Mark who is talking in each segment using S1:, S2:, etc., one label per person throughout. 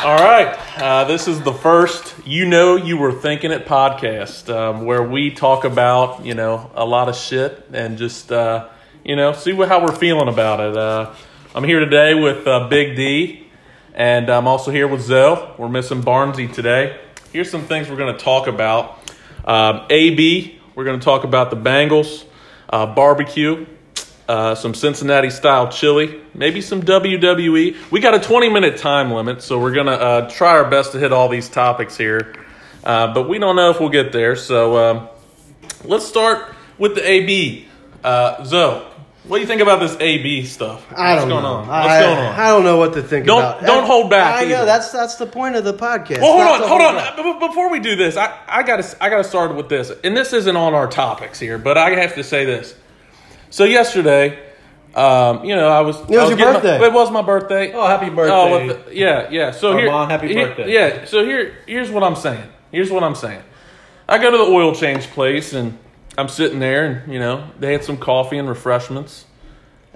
S1: All right. Uh, this is the first You Know You Were Thinking It podcast um, where we talk about, you know, a lot of shit and just, uh, you know, see what, how we're feeling about it. Uh, I'm here today with uh, Big D and I'm also here with Zell. We're missing Barnsey today. Here's some things we're going to talk about um, AB, we're going to talk about the Bengals, uh, barbecue, uh, some Cincinnati style chili, maybe some WWE. We got a 20 minute time limit, so we're going to uh, try our best to hit all these topics here. Uh, but we don't know if we'll get there, so um, let's start with the AB. Uh, Zoe, what do you think about this AB stuff?
S2: I don't
S1: What's going
S2: know.
S1: on?
S2: I,
S1: What's going on?
S2: I don't know what to think
S1: Don't-
S2: about.
S1: don't
S2: I-
S1: hold back
S2: I
S1: either.
S2: know that's that's the point of the podcast.
S1: Well,
S2: Not
S1: hold on, hold
S2: to
S1: on.
S2: back.
S1: Uh, b- b- Before we do this, I, I gotta I gotta start with this, and this isn't on our topics here, but I have to say this. So yesterday, um, you know, I was it
S2: was your birthday.
S1: it was my birthday.
S3: Oh, happy birthday.
S1: Oh, what the- yeah, yeah. So here,
S3: Armand, happy
S1: here-
S3: birthday.
S1: Yeah. So here, here's what I'm saying. Here's what I'm saying. I go to the oil change place, and I'm sitting there, and you know, they had some coffee and refreshments,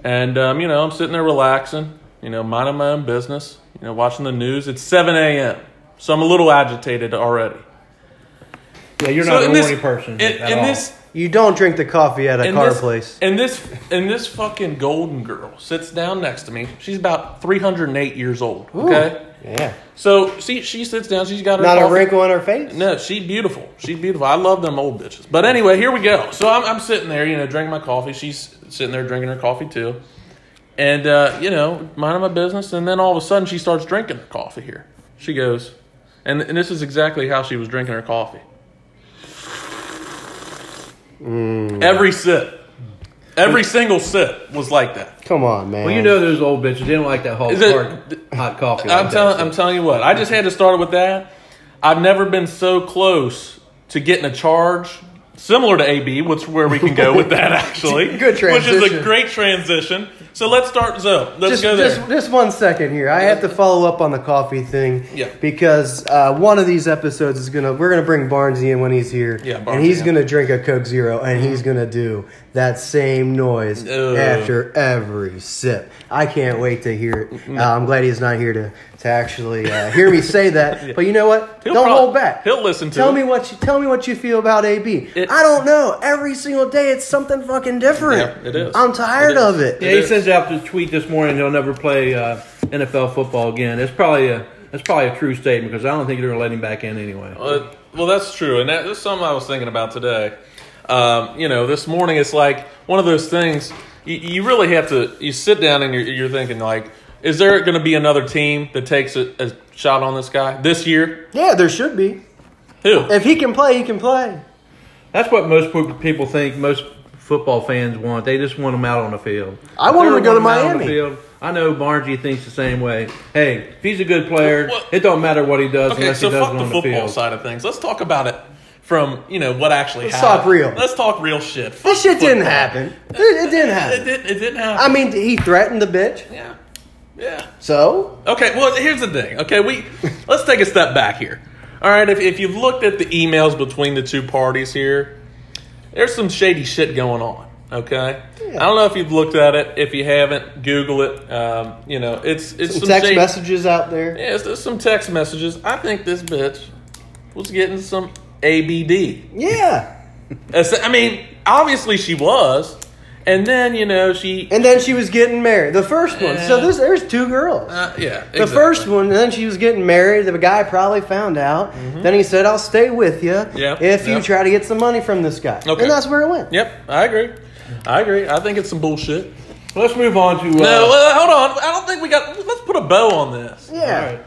S1: and um, you know, I'm sitting there relaxing, you know, minding my own business, you know, watching the news. It's 7 a.m., so I'm a little agitated already.
S3: yeah, you're
S1: So
S3: not a
S1: in
S3: morning
S1: this,
S3: person.
S1: in,
S3: at
S1: in
S3: all.
S1: this,
S2: You don't drink the coffee at a
S1: in
S2: car
S1: this,
S2: place.
S1: in this, in this fucking golden girl sits down next to me. She's about 308 years old. Okay.
S2: Yeah,
S1: So see, she sits down. She's got her
S2: not a
S1: coffee.
S2: wrinkle on her face.
S1: No, she beautiful. She beautiful. I love them old bitches. But anyway, here we go. So I'm, I'm sitting there, you know, drinking my coffee. She's sitting there drinking her coffee too, and uh, you know, minding my business. And then all of a sudden, she starts drinking her coffee. Here, she goes, and and this is exactly how she was drinking her coffee.
S3: Mm.
S1: Every sip, every single sip was like that.
S2: Come on, man.
S3: well, you know those old bitches. They didn't like that whole
S1: Is it-
S3: hard, hot coffee.
S1: I'm
S3: like
S1: telling
S3: that.
S1: I'm telling you what. I just had to start with that. I've never been so close to getting a charge similar to AB, which where we can go with that actually.
S2: Good
S1: Which is a
S2: transition.
S1: great transition. So let's start Zoe. Let's
S2: just,
S1: go there.
S2: just just one second here. I have to follow up on the coffee thing.
S1: Yeah.
S2: Because uh, one of these episodes is gonna we're gonna bring Barnsey in when he's here.
S1: Yeah,
S2: And
S1: Barnsey, yeah.
S2: he's
S1: Mm-hmm.
S2: gonna drink a Coke Zero and he's gonna do that same noise
S1: Ugh.
S2: after every sip. I can't wait to hear it.
S1: Mm-hmm.
S2: Uh, I'm glad he's not here to to actually uh, hear me say that. But you know what?
S1: He'll
S2: Don't
S1: prob-
S2: hold back.
S1: he'll listen to
S2: Tell
S1: it.
S2: me what you tell me what you feel about AB.
S1: It-
S2: I don't know. Every single day, it's something fucking different.
S1: Yeah, it is.
S2: I'm tired
S1: It is.
S2: of it.
S3: yeah,
S1: it
S3: he
S1: is.
S3: sends out the tweet this morning. He'll never play uh, NFL football again. It's probably a that's probably a true statement because I don't think they're gonna let him back in anyway.
S1: Uh, well, that's true, and that, that's something I was thinking about today. Um, you know, this morning it's like one of those things. You, you really have to. You sit down and you're, you're thinking like, is there going to be another team that takes a, a shot on this guy this year?
S2: Yeah, there should be.
S1: Who?
S2: If he can play, he can play.
S3: That's what most po- people think. Most football fans want. They just want him out on the field.
S2: I
S3: If
S2: want him
S3: they
S2: to go
S3: don't
S2: to
S3: want him out on the
S2: Miami.
S3: field, I know Barney thinks the same way. Hey, if he's a good player,
S1: Well-
S3: it don't matter what he does
S1: Okay,
S3: unless
S1: so
S3: he does
S1: fuck
S3: it
S1: the
S3: on the,
S1: football
S3: field.
S1: side of things. Let's talk about it from you know what actually
S2: Let's
S1: happened.
S2: talk real.
S1: Let's talk real shit. Fuck
S2: This shit didn't
S1: football.
S2: happen. It, it didn't
S1: It
S2: happen.
S1: didn't. It didn't happen.
S2: I mean, he threatened the bitch.
S1: yeah, yeah.
S2: So
S1: Okay. Well, here's the thing. Okay, we let's take a step back here. All right. If if you've looked at the emails between the two parties here, there's some shady shit going on. Okay. I don't know if you've looked at it. If you haven't, Google it. Um, you know, it's it's some
S2: text
S1: shady-
S2: messages out there.
S1: Yeah, it's, it's some text messages. I think this bitch was getting some ABD.
S2: Yeah.
S1: As- I mean, obviously she was, and then you know she,
S2: And then she was getting married. The first one. So there's there's two girls.
S1: uh, yeah,
S2: the first one, and then she was getting married. The guy probably found out.
S1: Mm-hmm.
S2: Then he said, "I'll stay with you
S1: Yeah,
S2: if you
S1: yeah.
S2: try to get some money from this guy."
S1: Okay.
S2: And that's where it went.
S1: Yep, I agree. I agree. I think it's some bullshit.
S3: Let's move on to uh,
S1: No, well, hold on. I don't think we got. Let's put a bow on this.
S2: Yeah.
S3: All right.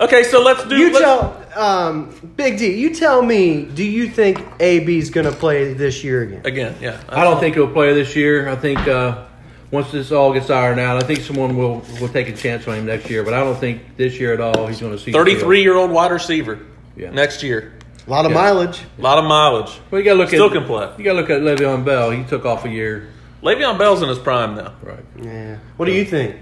S1: Okay, so let's do.
S2: You
S1: let's-
S2: tell um, Big D. You tell me. Do you think AB's going to play this year again?
S1: again. Yeah,
S3: I don't think he'll play this year. I think uh, once this all gets ironed out, I think someone will will take a chance on him next year. But I don't think this year at all he's going to see. the field.
S1: Thirty-three year old wide receiver.
S3: Yeah.
S1: Next year,
S2: A lot of
S3: Yeah.
S2: mileage.
S1: a lot of mileage.
S3: Well, you got to look
S1: Still
S3: at
S1: can play.
S3: You got to look at Le'Veon Bell. He took off a year.
S1: Le'Veon Bell's in his prime now.
S3: Right.
S2: Yeah. What do you think,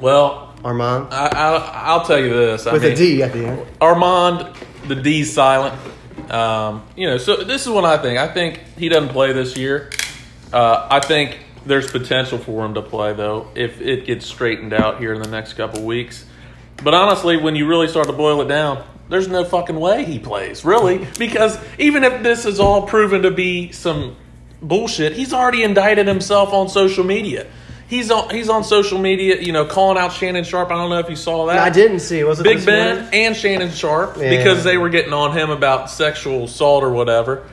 S1: Well,
S2: Armand?
S1: I, I I'll tell you this. Uh, I
S2: With
S1: mean,
S2: a D at the end.
S1: Armand, the D's silent. Um, you know, so this is what I think. I think he doesn't play this year. Uh, I think there's potential for him to play though if it gets straightened out here in the next couple weeks. But honestly, when you really start to boil it down, there's no fucking way he plays, really. Because even if this is all proven to be some bullshit, he's already indicted himself on social media. He's on he's on social media, you know, calling out Shannon Sharp. I don't know if you saw that.
S2: I didn't see. Was it
S1: Big
S2: this
S1: Ben
S2: morning?
S1: and Shannon Sharp
S2: Yeah.
S1: because they were getting on him about sexual assault or whatever,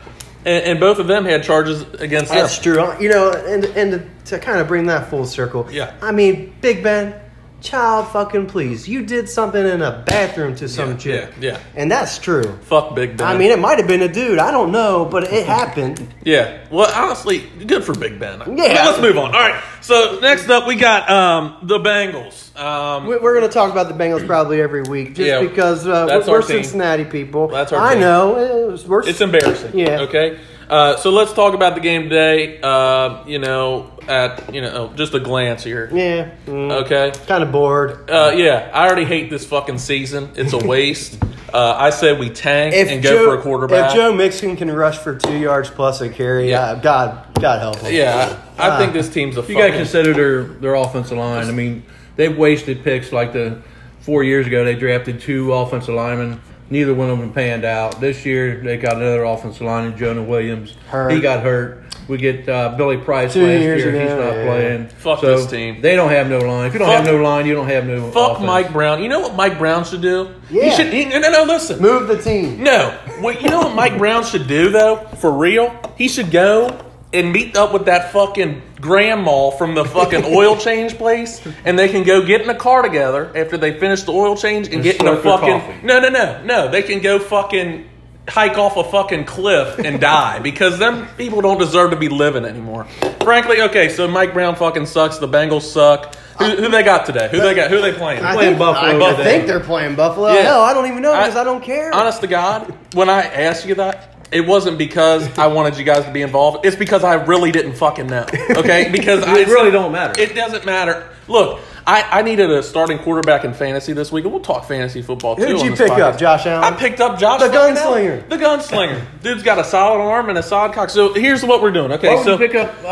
S1: and, and both of them had charges against them.
S2: That's true. Uh, You know, and and to kind of bring that full circle.
S1: Yeah.
S2: I mean, Big Ben, child fucking please. You did something in a bathroom to some
S1: Yeah,
S2: chick.
S1: yeah, yeah.
S2: And that's true.
S1: Fuck Big Ben.
S2: I mean, it might have been a dude. I don't know, but it happened.
S1: Yeah. Well, honestly, good for Big Ben.
S2: Yeah.
S1: Let's move on. All right. So next up, we got um, the Bengals. Um,
S2: We- We're going to talk about the Bengals probably every week, just
S1: Yeah.
S2: because uh,
S1: That's
S2: we're,
S1: our
S2: we're
S1: team.
S2: Cincinnati people.
S1: That's our
S2: I
S1: team.
S2: know. It's, we're,
S1: it's embarrassing.
S2: Yeah.
S1: Okay. Uh, so let's talk about the game today. Uh, you know, at you know, just a glance here.
S2: Yeah.
S1: Okay.
S2: Kind of bored.
S1: Uh, yeah. I already hate this fucking season. It's a waste. uh, I say we tank and go for a quarterback.
S2: If Joe Mixon can rush for two yards plus a carry,
S1: Yeah.
S2: uh, God, God help him.
S1: yeah. I, I
S2: Ah.
S1: think this team's a.
S3: You got to
S1: fucking-
S3: consider their their offensive line. I mean, they've wasted picks like the four years ago. They drafted two offensive linemen. Neither one of them panned out. This year they got another offensive lineman, Jonah Williams.
S2: Hurt.
S3: He got hurt. We get uh, Billy Price
S2: Two
S3: last
S2: years
S3: year.
S2: ago,
S3: He's not
S2: yeah.
S3: playing.
S1: Fuck
S3: So,
S1: this team.
S3: They don't have no line. If you don't
S1: Fuck-
S3: have no line, you don't have no.
S1: Fuck
S3: offense.
S1: Mike Brown. You know what Mike Brown should do? He
S2: Yeah.
S1: should. He, no, no, no. Listen.
S2: Move the team.
S1: No. Well, you know what Mike Brown should do though? For real, he should go and meet up with that fucking grandma from the fucking oil change place, and they can go get in a car together after they finish the oil change and, get in a
S3: slurp their
S1: fucking.
S3: coffee.
S1: No, no, no, no. They can go fucking hike off a fucking cliff and die because them people don't deserve to be living anymore. Frankly, okay. So Mike Brown fucking sucks. The Bengals suck. Who, who they got today? Who they got? Who they playing?
S2: I
S3: Playing
S2: think,
S3: Buffalo
S2: I,
S3: today.
S2: think they're playing Buffalo.
S1: Yeah.
S2: Hell, I don't even know because I, don't care.
S1: Honest to God, when I asked you that, it wasn't because I wanted you guys to be involved. It's because I really didn't fucking know. Okay, because I
S3: It really don't matter.
S1: It doesn't matter. Look, I, I needed a starting quarterback in fantasy this week, and we'll talk fantasy football too.
S2: Who'd
S1: on
S2: you
S1: this
S2: pick up,
S1: podcast.
S2: Josh Allen?
S1: I picked up Josh,
S2: The
S1: fucking Allen.
S2: gunslinger.
S1: The gunslinger. Dude's got a solid arm and a solid cock. So here's what we're doing. Okay,
S3: Why would
S1: so
S3: you pick up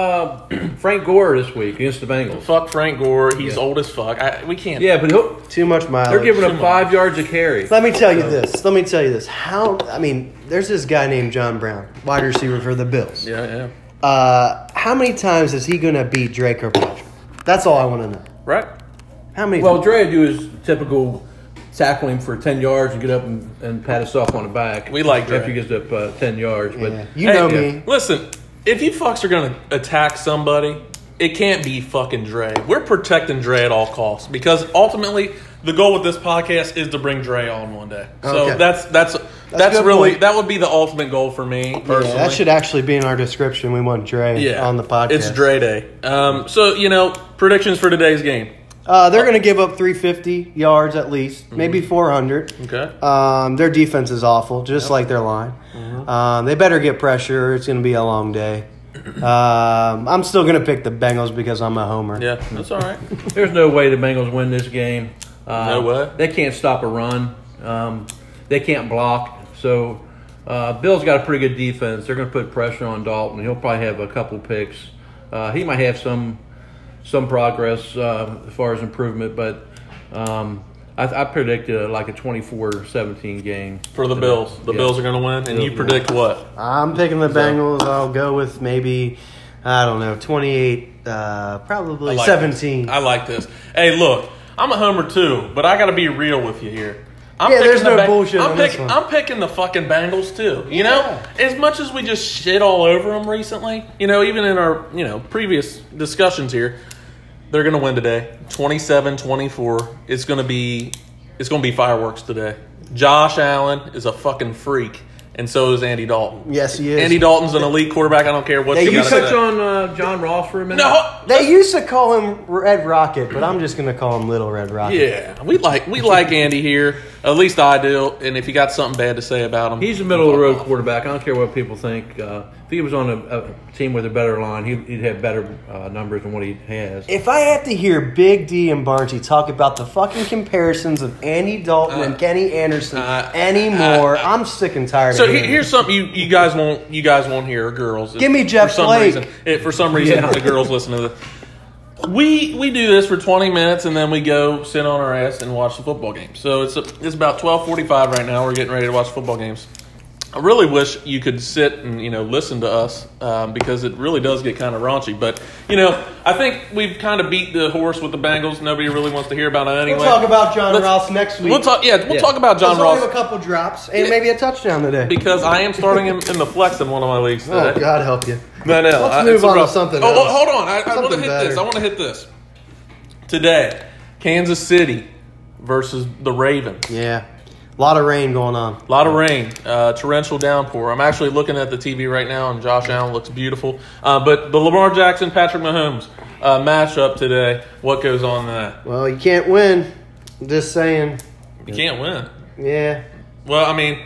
S3: uh, Frank Gore this week against the Bengals?
S1: fuck Frank Gore. He's old as fuck. I, we can't.
S3: Yeah, but he'll,
S2: Too much mileage.
S1: Oh,
S3: they're giving up five yards a carry.
S2: Let me tell you this. Let me tell you this. How I mean, there's this guy named John Brown, wide receiver for the Bills.
S1: yeah, yeah.
S2: Uh, how many times is he gonna beat Drake or Patrick? That's all I want to know.
S1: Right.
S2: How many?
S3: Well,
S2: times?
S3: Dre would do his typical tackle him for 10 yards and get up and, and pat himself on the back.
S1: We like Dre.
S3: After he gets up uh, 10 yards. But
S2: Yeah. you
S1: Hey,
S2: know
S1: yeah.
S2: me.
S1: Listen, if you fucks are gonna attack somebody, it can't be fucking Dre. We're protecting Dre at all costs because ultimately the goal with this podcast is to bring Dre on one day. So
S2: Okay.
S1: that's that's that's,
S2: a good
S1: really
S2: point.
S1: that would be the ultimate goal for me personally.
S2: Yeah, that should actually be in our description. We want Dre
S1: Yeah.
S2: on the podcast.
S1: It's Dre Day. Um, so you know predictions for today's game.
S2: Uh, they're gonna give up 350 yards at least, maybe
S1: Mm-hmm.
S2: 400.
S1: Okay.
S2: Um, their defense is awful, just like their line.
S1: Mm-hmm.
S2: Um, they better get pressure. It's going to be a long day. Um, I'm still going to pick the Bengals because I'm a homer.
S1: Yeah, that's all right.
S3: there's no way the Bengals win this game. Uh,
S1: No way.
S3: They can't stop a run, um, they can't block. So, uh, Bill's got a pretty good defense. They're going to put pressure on Dalton. He'll probably have a couple picks. Uh, he might have some some progress uh, as far as improvement, but um, I, I predict uh, like a 24-17 game
S1: For the Bills, the
S3: Yeah.
S1: Bills are gonna win, and you predict what?
S2: I'm picking the Bengals. I'll go with maybe, I don't know, 28, uh, probably
S1: I like
S2: 17.
S1: this. I like this. Hey, look, I'm a homer too, but I got to be real with you here. I'm
S2: Yeah,
S1: picking
S2: there's
S1: the
S2: no bullshit
S1: I'm,
S2: on this
S1: picking,
S2: one.
S1: I'm picking the fucking Bengals too. You know, as much as we just shit all over them recently, you know, even in our you know previous discussions here, they're gonna win today, 27-24. It's gonna be it's gonna be fireworks today. Josh Allen is a fucking freak, and so is Andy Dalton.
S2: yes, he is.
S1: Andy Dalton's an elite quarterback. I don't care what
S2: They
S1: you
S3: Can you
S1: got
S2: gotta
S3: touch
S1: to
S3: on uh, John Ross for a minute?
S1: No,
S2: they used to call him Red Rocket, but I'm just going to call him Little Red Rocket.
S1: Yeah, we like we like Andy here. At least I do. And if you got something bad to say about him,
S3: He's a middle of the road quarterback. I don't care what people think. Uh, if he was on a, a team with a better line, he'd, he'd have better uh, numbers than what he has.
S2: If I had to hear Big D and Barnty talk about the fucking comparisons of Andy Dalton and Kenny Anderson
S1: uh,
S2: anymore, I'm sick and tired
S1: So
S2: of
S1: he-
S2: it.
S1: here's something you, you guys won't you guys won't hear girls.
S2: Give me Jeff
S1: for some
S2: Blake.
S1: Reason, if for some reason
S3: Yeah.
S1: the girls listen to this. we we do this for 20 minutes and then we go sit on our ass and watch the football game. So it's it's about 12:45 right now. We're getting ready to watch football games. I really wish you could sit and you know listen to us um, because it really does get kind of raunchy. But you know, I think we've kind of beat the horse with the Bengals. Nobody really wants to hear about it anyway.
S2: We'll talk about John
S1: Let's-
S2: Ross next week.
S1: We'll talk. Yeah, we'll
S3: Yeah.
S1: talk about John
S2: Let's only have
S1: Ross
S2: a couple drops and
S1: Yeah.
S2: maybe a touchdown today.
S1: because I am starting him in the flex in one of my leagues today.
S2: oh, God help you.
S1: No, no.
S2: Let's
S1: I-
S2: move
S1: it's a
S2: on to
S1: rough-
S2: something
S1: Oh,
S2: else.
S1: oh, hold on. I, I want to
S2: Something
S1: hit this.
S2: better.
S1: I want to hit this. Today, Kansas City versus the Ravens.
S2: Yeah. A lot of rain going on.
S1: A lot of rain, uh, torrential downpour. I'm actually looking at the TV right now, and Josh Allen looks beautiful. Uh, but the Lamar Jackson Patrick Mahomes uh, matchup today. What goes on there?
S2: Well, you can't win. Just saying.
S1: You can't win.
S2: Yeah.
S1: Well, I mean,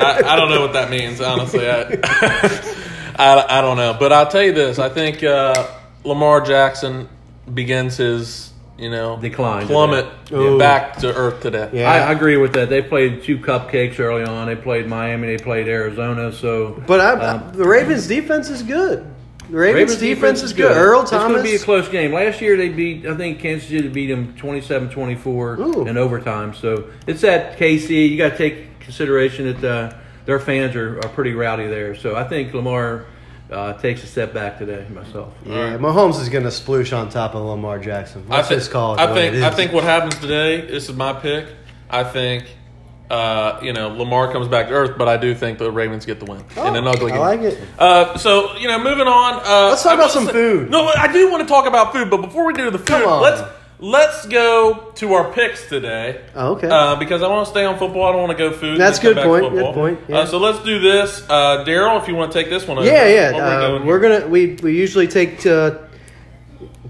S1: I, I don't know what that means, honestly. I, I, I don't know. But I'll tell you this. I think uh, Lamar Jackson begins his, you know,
S3: Decline today.
S1: plummet
S2: Ooh.
S1: back to earth today.
S2: Yeah.
S3: I, I agree with that. They played two cupcakes early on. They played Miami. They played Arizona. So,
S2: But I,
S3: Um,
S2: I- the Ravens defense is good. The Ravens, defense, is good. Earl Thomas.
S3: It's going to be a close game. Last year they beat, I think Kansas City beat them 27-24
S2: Ooh.
S3: in overtime. So it's at KC. You got to take consideration that uh, their fans are, are pretty rowdy there. So I think Lamar uh, takes a step back today myself.
S2: yeah, Mahomes is going to sploosh on top of Lamar Jackson.
S1: I,
S2: Let's
S1: thi-
S2: just call it.
S1: I
S2: what
S1: think
S2: it
S1: I
S2: is.
S1: think what happens today, this is my pick. I think uh, you know, Lamar comes back to earth, but I do think the Ravens get the win in an
S2: Oh,
S1: ugly
S2: I
S1: game.
S2: like it.
S1: Uh, so you know, moving on. Uh,
S2: Let's talk
S1: I
S2: about
S1: will
S2: some
S1: say-
S2: food.
S1: No, I do want to talk about food, but before we do the food,
S2: Come on.
S1: let's let's go to our picks today.
S2: Oh, okay.
S1: Uh, because I want to stay on football. I don't want to go food. and
S2: That's
S1: then come
S2: good
S1: back to
S2: point,
S1: football.
S2: good point, yeah.
S1: Uh, so let's do this, uh, Daryl. If you want to take this one, over.
S2: yeah,
S1: What
S2: yeah.
S1: we're
S2: uh,
S1: doing here.
S2: we're gonna we we usually take uh,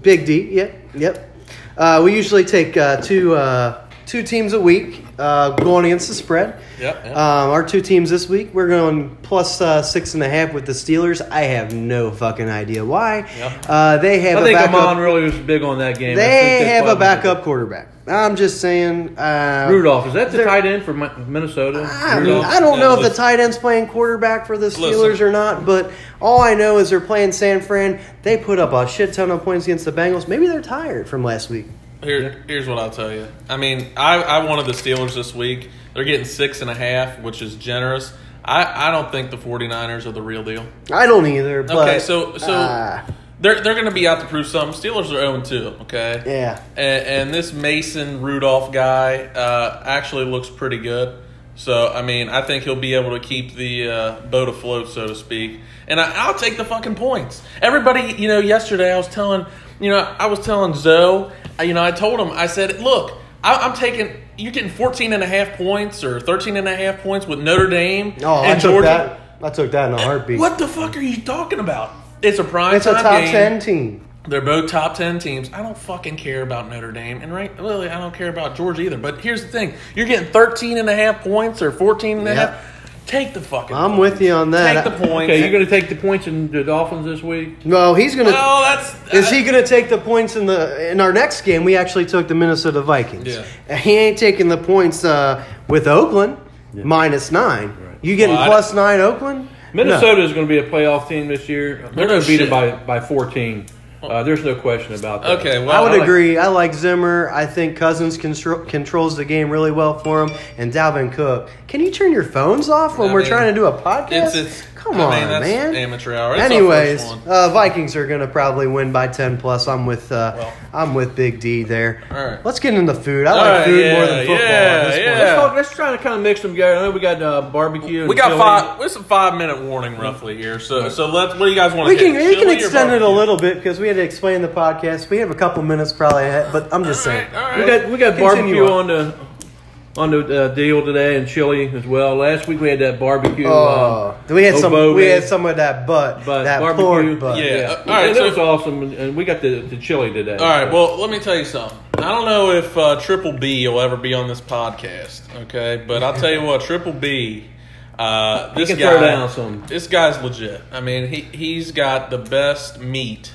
S2: Big D. Yep, yep. Uh, we usually take uh, two uh, two teams a week uh, going against the spread.
S1: Yep, yep.
S2: Um, our two teams this week, we're going plus uh, six and a half with the Steelers. I have no fucking idea why.
S1: Yep.
S2: Uh, they have
S3: I
S2: a
S3: think
S2: backup.
S3: Amon really was big on that game. I think
S2: they have a
S3: played-
S2: backup quarterback. I'm just saying. Uh,
S3: Rudolph is that the tight end for Mi- Minnesota?
S2: I, mean,
S3: Rudolph?
S2: I don't
S1: Yeah,
S2: know if
S1: listen.
S2: the tight end's playing quarterback for the Steelers
S1: Listen.
S2: or not, but all I know is they're playing San Fran. They put up a shit ton of points against the Bengals. Maybe they're tired from last week.
S1: Here, here's what I'll tell you. I mean, I, I wanted the Steelers this week. They're getting six and a half, which is generous. I, I don't think the 49ers are the real deal.
S2: I don't either. But,
S1: Okay, so so
S2: ah,
S1: they're they're going to be out to prove something. Steelers are 0 2, okay?
S2: yeah,
S1: And, and this Mason Rudolph guy uh, actually looks pretty good. So, I mean, I think he'll be able to keep the uh, boat afloat, so to speak. And I, I'll take the fucking points. Everybody, you know, yesterday I was telling, you know, I was telling Zoe, I- you know, I told him, I said, look, I, I'm taking, you're getting 14 and a half points or 13 and a half points with Notre Dame
S2: no, Oh, I
S1: and
S2: took that. I took that in a heartbeat.
S1: What the fuck are you talking about? It's a prime
S2: It's a
S1: time
S2: top
S1: game.
S2: ten team.
S1: They're both top ten teams. I don't fucking care about Notre Dame, and right, really, I don't care about Georgia either. But here's the thing: you're getting 13 and a half points or 14 and a
S2: Yep.
S1: half. Take the fucking.
S2: I'm with you on that.
S1: Take the points.
S3: Okay, you're going to take the points in the Dolphins this week.
S2: No, he's gonna.
S1: Well, Oh, that's
S2: Is he going to take the points in the in our next game? We actually took the Minnesota Vikings.
S1: Yeah.
S2: He ain't taking the points uh, with Oakland minus nine. You getting
S1: Well, I-
S2: plus nine Oakland?
S3: Minnesota is going to be a playoff team this year. They're going
S1: Oh, no
S3: to beat
S1: shit. Oh.
S3: them by, by 14. Uh, there's no question about that.
S1: Okay,
S2: No. I
S1: well,
S2: would
S1: I like-
S2: agree. I like Zimmer. I think Cousins contro- controls the game really well for him, and Dalvin Cook. Can you turn your phones off when
S1: I
S2: we're
S1: mean,
S2: trying to do a podcast?
S1: It's, it's,
S2: Come
S1: I
S2: on,
S1: mean, that's
S2: man.
S1: Amateur hour. It's our
S2: Anyways,
S1: first one.
S2: uh, Vikings are going to probably win by ten plus. I'm with uh,
S1: Well.
S2: I'm with Big D there.
S1: All right.
S2: Let's get into food. I
S1: All
S2: like
S1: right,
S2: food
S1: yeah,
S2: more than football.
S1: yeah,
S2: at this point.
S1: yeah.
S3: Let's, talk, let's try to kind of mix them together. I know we got uh, barbecue. And
S1: we got
S3: chili.
S1: five. It's a five minute warning roughly here. So, so let. What do you guys want
S2: We
S1: to?
S2: can we can extend it a little bit because we had to explain the podcast. We have a couple minutes probably, ahead, but I'm just
S1: All
S2: saying.
S1: right, all
S3: We
S1: right.
S3: got we got
S2: Continue
S3: barbecue
S2: on.
S3: on the on the uh, deal today and chili as well. Last week we had that barbecue.
S2: Oh,
S3: um,
S2: we had some we
S3: oboe.
S2: had some of that butt,
S3: But
S2: that
S3: barbecue,
S2: pork butt.
S1: Yeah. uh, all
S3: all
S1: right,
S3: right,
S1: so-
S3: that was awesome, and- and we got the, the chili today.
S1: All right. Well, let me tell you something. I don't know if uh, Triple B will ever be on this podcast, okay? But I'll tell you what, Triple B, uh, this
S3: can
S1: guy,
S3: throw down some.
S1: this guy's legit. I mean, he he's got the best meat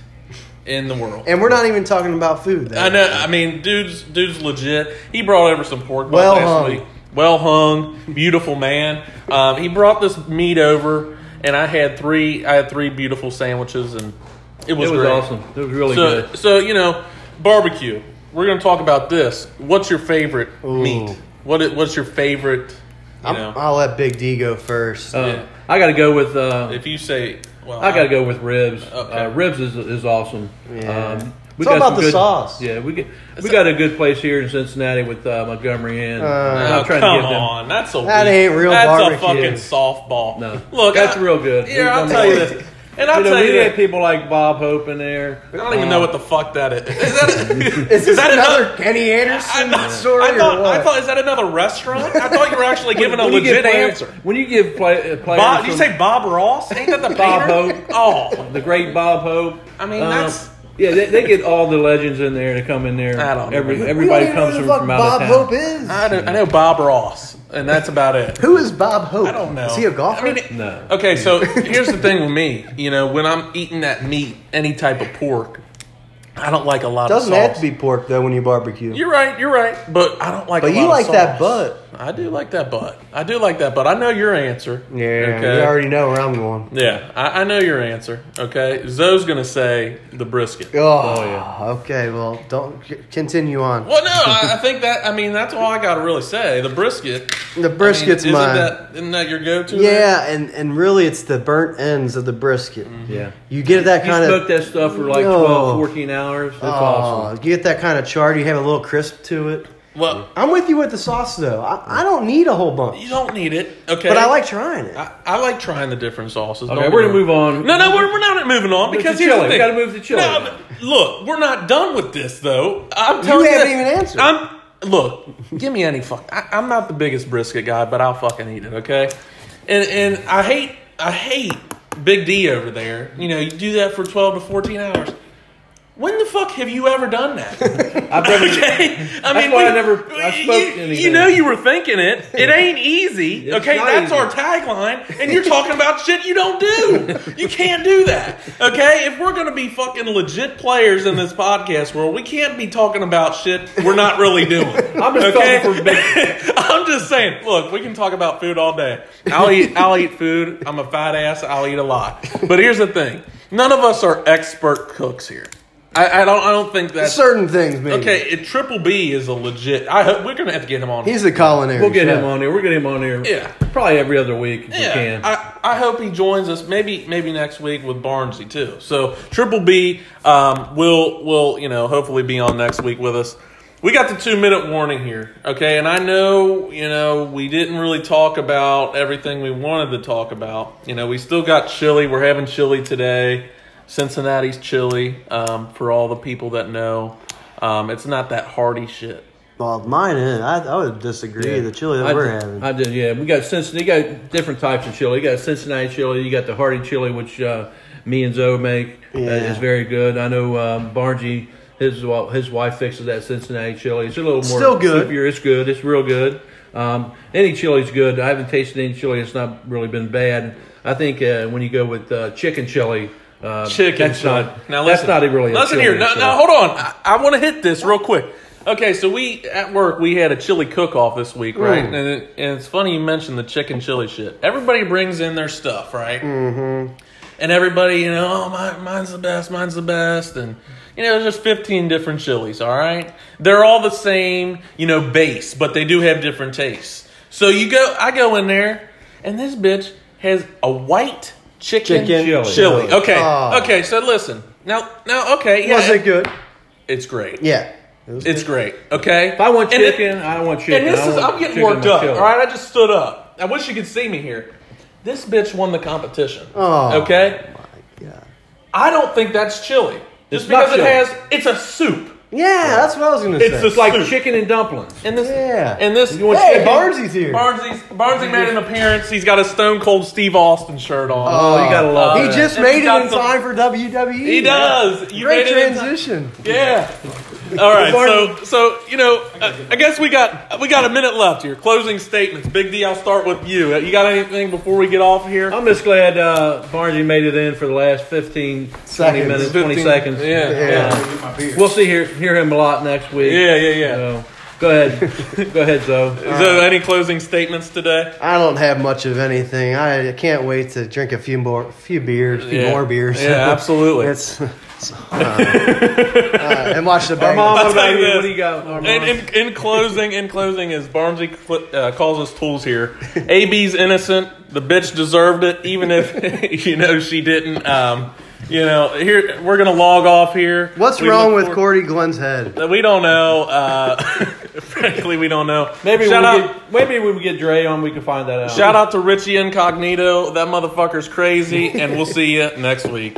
S1: in the world.
S2: And we're not even talking about food. Then.
S1: I know. I mean, dude's dude's legit. He brought over some pork butt
S2: Well
S1: last
S2: hung.
S1: week. Well hung, beautiful man. Um, he brought this meat over, and I had three. I had three beautiful sandwiches, and It was,
S3: it was
S1: great.
S3: awesome. It was really
S1: so,
S3: good.
S1: so you know, barbecue. We're going to talk about this. What's your favorite meat? What i- What's your favorite? You
S2: I'm,
S1: know,
S2: I'll let Big D go first.
S3: Uh,
S1: yeah.
S3: I got to go with. Uh,
S1: if you say, well,
S3: I got to go with ribs.
S1: Okay.
S3: Uh, ribs is, is awesome. Um,
S2: Yeah.
S3: we
S2: It's all
S3: got
S2: about
S3: some
S2: the
S3: good-
S2: sauce.
S3: Yeah, we get, we got a good place here in Cincinnati with uh, Montgomery Inn.
S2: Uh,
S1: Oh,
S3: I'm trying
S1: come
S3: to give them.
S1: on, that's a
S2: That
S1: weak-
S2: ain't real
S1: That's a
S2: barbecue.
S1: fucking softball.
S3: No.
S1: look,
S3: That's
S1: I-
S3: real good.
S1: Here, I'll
S3: We've done
S1: tell you
S3: that.
S1: this, and I'll
S3: you know,
S1: tell
S3: we
S1: you
S3: had
S1: that.
S3: people like Bob Hope in there. Um,
S1: I don't even know what the fuck that is. Is that,
S2: is this
S1: that
S2: another Kenny
S1: I,
S2: Anderson
S1: thought-
S2: story
S1: I thought,
S2: or what?
S1: I thought, is that another restaurant? I thought you were actually giving a
S3: When you give
S1: legit
S3: player-
S1: answer.
S3: When you give play, uh, players,
S1: Bob, you
S3: from
S1: say Bob Ross? Ain't that the
S3: Bob
S1: painter?
S3: Hope.
S1: Oh,
S3: the great Bob Hope.
S1: I mean,
S3: uh,
S1: that's-
S3: yeah. They, they get all the legends in there to come in there.
S1: I don't
S3: Every,
S1: know.
S3: everybody
S2: We don't
S3: comes
S2: even know who
S3: from, from
S2: the
S3: out
S2: fuck Bob
S3: of town.
S2: Hope is.
S1: I know, I know Bob Ross, and that's about it.
S2: Who is Bob Hope?
S1: I don't know.
S2: Is he a golfer?
S1: I mean, it-
S3: No.
S1: Okay, so here's the thing with me. You know, when I'm eating that meat, any type of pork, I don't like a lot
S2: Doesn't
S1: of sauce.
S2: have to be pork though when you barbecue.
S1: You're right. You're right. But I don't like.
S2: But
S1: a
S2: you
S1: lot
S2: like
S1: of
S2: that
S1: sauce.
S2: butt.
S1: I do like that butt. I do like that butt. I know your answer.
S2: yeah, you already know where I'm going.
S1: yeah, I, I know your answer. Okay, Zoe's gonna say the brisket.
S2: Oh,
S3: yeah.
S2: okay. Well, don't c- continue on.
S1: Well, no, I, I think that. I mean, that's all I gotta really say. The brisket.
S2: The brisket's
S1: I mean, isn't
S2: mine.
S1: That, isn't that your go-to? there?
S2: yeah, and and really, it's the burnt ends of the brisket.
S1: Mm-hmm.
S3: Yeah.
S2: You get that Oh.
S3: You
S2: kind
S3: smoked
S2: of
S3: that stuff for like
S2: No.
S3: 12, 14 hours. That's awesome.
S2: Oh, You get that kind of char. You have a little crisp to it.
S1: Well,
S2: I'm with you with the sauce though. I, I don't need a whole bunch,
S1: you don't need it. Okay.
S2: but I like trying it.
S1: I, I like trying the different sauces.
S3: Okay,
S1: Don't
S3: we're
S1: get
S3: gonna
S1: me wrong.
S3: move
S1: No,
S3: on.
S1: no, we're, we're not moving on
S3: Move
S1: because
S3: to
S1: he's
S3: chili.
S1: here's the thing.
S3: We gotta move to chili.
S1: No, but look, we're not done with this though. I'm telling
S2: haven't
S1: that-
S2: even answered.
S1: I'm look. Give me any fuck. I, I'm not the biggest brisket guy, but I'll fucking eat it. Okay, and and I hate I hate Big D over there. You know, you do that for 12 to 14 hours. When the fuck have you ever done that?
S3: I've never,
S1: Okay, I mean,
S3: why
S1: we-
S3: I never- I
S1: you-
S3: spoke
S1: you,
S3: anything.
S1: know, you were thinking it. It ain't easy.
S3: It's
S1: okay,
S3: not
S1: that's
S3: easy.
S1: our tagline, and you're talking about shit you don't do. You can't do that. Okay, if we're gonna be fucking legit players in this podcast world, we can't be talking about shit we're not really doing.
S3: I'm just
S1: okay?
S3: talking for
S1: I'm just saying. Look, we can talk about food all day. I'll eat. I'll eat food. I'm a fat ass. I'll eat a lot. But here's the thing: none of us are expert cooks here. I, I don't. I don't think that's
S2: Certain things, maybe.
S1: Okay, it, Triple B is a legit. I hope we're gonna have to get him on.
S2: he's a culinary.
S3: we'll get
S2: chef.
S3: him on here. We'll get him on here.
S1: Yeah.
S3: Probably every other week if we
S1: yeah,
S3: can.
S1: I, I hope he joins us. Maybe maybe next week with Barnsey too. So Triple B um, will will you know hopefully be on next week with us. We got the two minute warning here, okay? And I know you know we didn't really talk about everything we wanted to talk about. You know we still got chili. We're having chili today. Cincinnati's chili um, for all the people that know. Um, it's not that hearty shit.
S2: Well, mine is. I, I would disagree. The chili that
S3: I
S2: we're
S3: did-
S2: having.
S3: I did, yeah. We got Cincinnati. You got different types of chili. You got Cincinnati chili. You got the Hardy chili, which uh, me and Zoe make. Uh,
S2: Yeah.
S3: it's very good. I know um, Barney, his wa- his wife fixes that Cincinnati chili. It's a little more
S2: Still good.
S3: soupier. It's good. It's real good. Um, any chili's good. I haven't tasted any chili. It's not really been bad. I think uh, when you go with uh, chicken chili. Uh,
S1: chicken
S3: that's
S1: chili.
S3: Not,
S1: now
S3: that's
S1: listen,
S3: not a really. a
S1: Listen
S3: chili,
S1: here. Now,
S3: so-
S1: now hold on. I, I want to hit this real quick. Okay, so we at work we had a chili cook off this week, right?
S2: Mm.
S1: And, it, and it's funny you mentioned the chicken chili shit. Everybody brings in their stuff, right?
S3: Mm.
S1: Mm-hmm. And everybody, you know, oh, my, mine's the best, mine's the best, and you know, there's just 15 different chilies. All right, they're all the same, you know, base, but they do have different tastes. So you go, I go in there, and this bitch has a white chicken,
S2: Chicken
S1: chili.
S2: chili.
S1: Okay,
S3: Ah.
S2: Oh.
S1: okay. So listen, now, now, okay, yeah,
S2: Was it good?
S1: it's great.
S2: Yeah. It was
S1: It's great. Okay.
S3: If I want
S1: And it-
S3: chicken, I want
S1: and
S3: chicken.
S1: this
S3: I
S1: is
S3: want
S1: I'm getting
S3: chicken
S1: worked
S3: in my
S1: up.
S3: chili.
S1: All right, I just stood up. I wish you could see me here. This bitch won the competition.
S3: Ah.
S2: Oh.
S1: Okay.
S2: good. Yeah.
S1: I don't think that's chili. Just
S3: It's not
S1: because it
S3: chili.
S1: has, it's a soup.
S2: Yeah, that's what I was gonna
S1: It's
S2: say.
S1: just
S3: It's like
S1: Soup.
S3: chicken and dumplings.
S1: And this,
S2: Yeah.
S1: And this,
S3: You want
S2: hey,
S3: chicken?
S2: Barnsy's here.
S1: Barnsley's, Barnsley made an appearance. He's got a Stone Cold Steve Austin shirt on.
S3: Oh, you gotta love
S2: He
S3: that.
S2: just
S1: And he
S2: made it
S1: uh, got
S2: in
S1: some-
S2: time for WWE.
S1: He does. You
S2: Great
S1: made it in time.
S2: transition.
S1: Yeah. All right.
S2: Barney-
S1: So, so you know, uh, I guess we got we got a minute left here. Closing statements. Big D, I'll start with you. Uh, You got anything before we get off here?
S3: I'm just glad uh, Barney made it in for the last 15, 20
S2: Seconds.
S3: minutes, 20
S1: 15
S3: seconds.
S1: Yeah.
S2: Yeah.
S3: We'll see hear hear him a lot next week.
S1: Yeah. Yeah. Yeah.
S3: So, Go ahead. Go ahead, Zoe.
S1: Is there any closing statements today?
S2: I don't have much of anything. I can't wait to drink a few more, few beers, few
S1: Yeah.
S2: more beers.
S1: Yeah, absolutely.
S2: it's, it's, uh, uh, and watch the Bengals.
S3: Armand,
S1: I'll
S3: what
S1: tell
S3: about
S1: you
S3: you?
S1: this.
S3: What do you got, Armand?
S1: In, in, in closing, in closing, as Barmsey cl- uh, calls us tools here, AB's innocent. The bitch deserved it, even if you know she didn't. Um, you know, here we're gonna log off here.
S2: What's
S1: We
S2: wrong
S1: look
S2: with
S1: for-
S2: Cordy Glenn's head?
S1: We don't know. Uh, frankly, we don't know.
S3: maybe
S1: shout
S3: when we
S1: out,
S3: get, maybe when we get Dre on, we can find that out.
S1: shout out to Richie Incognito. That motherfucker's crazy, and we'll see you next week.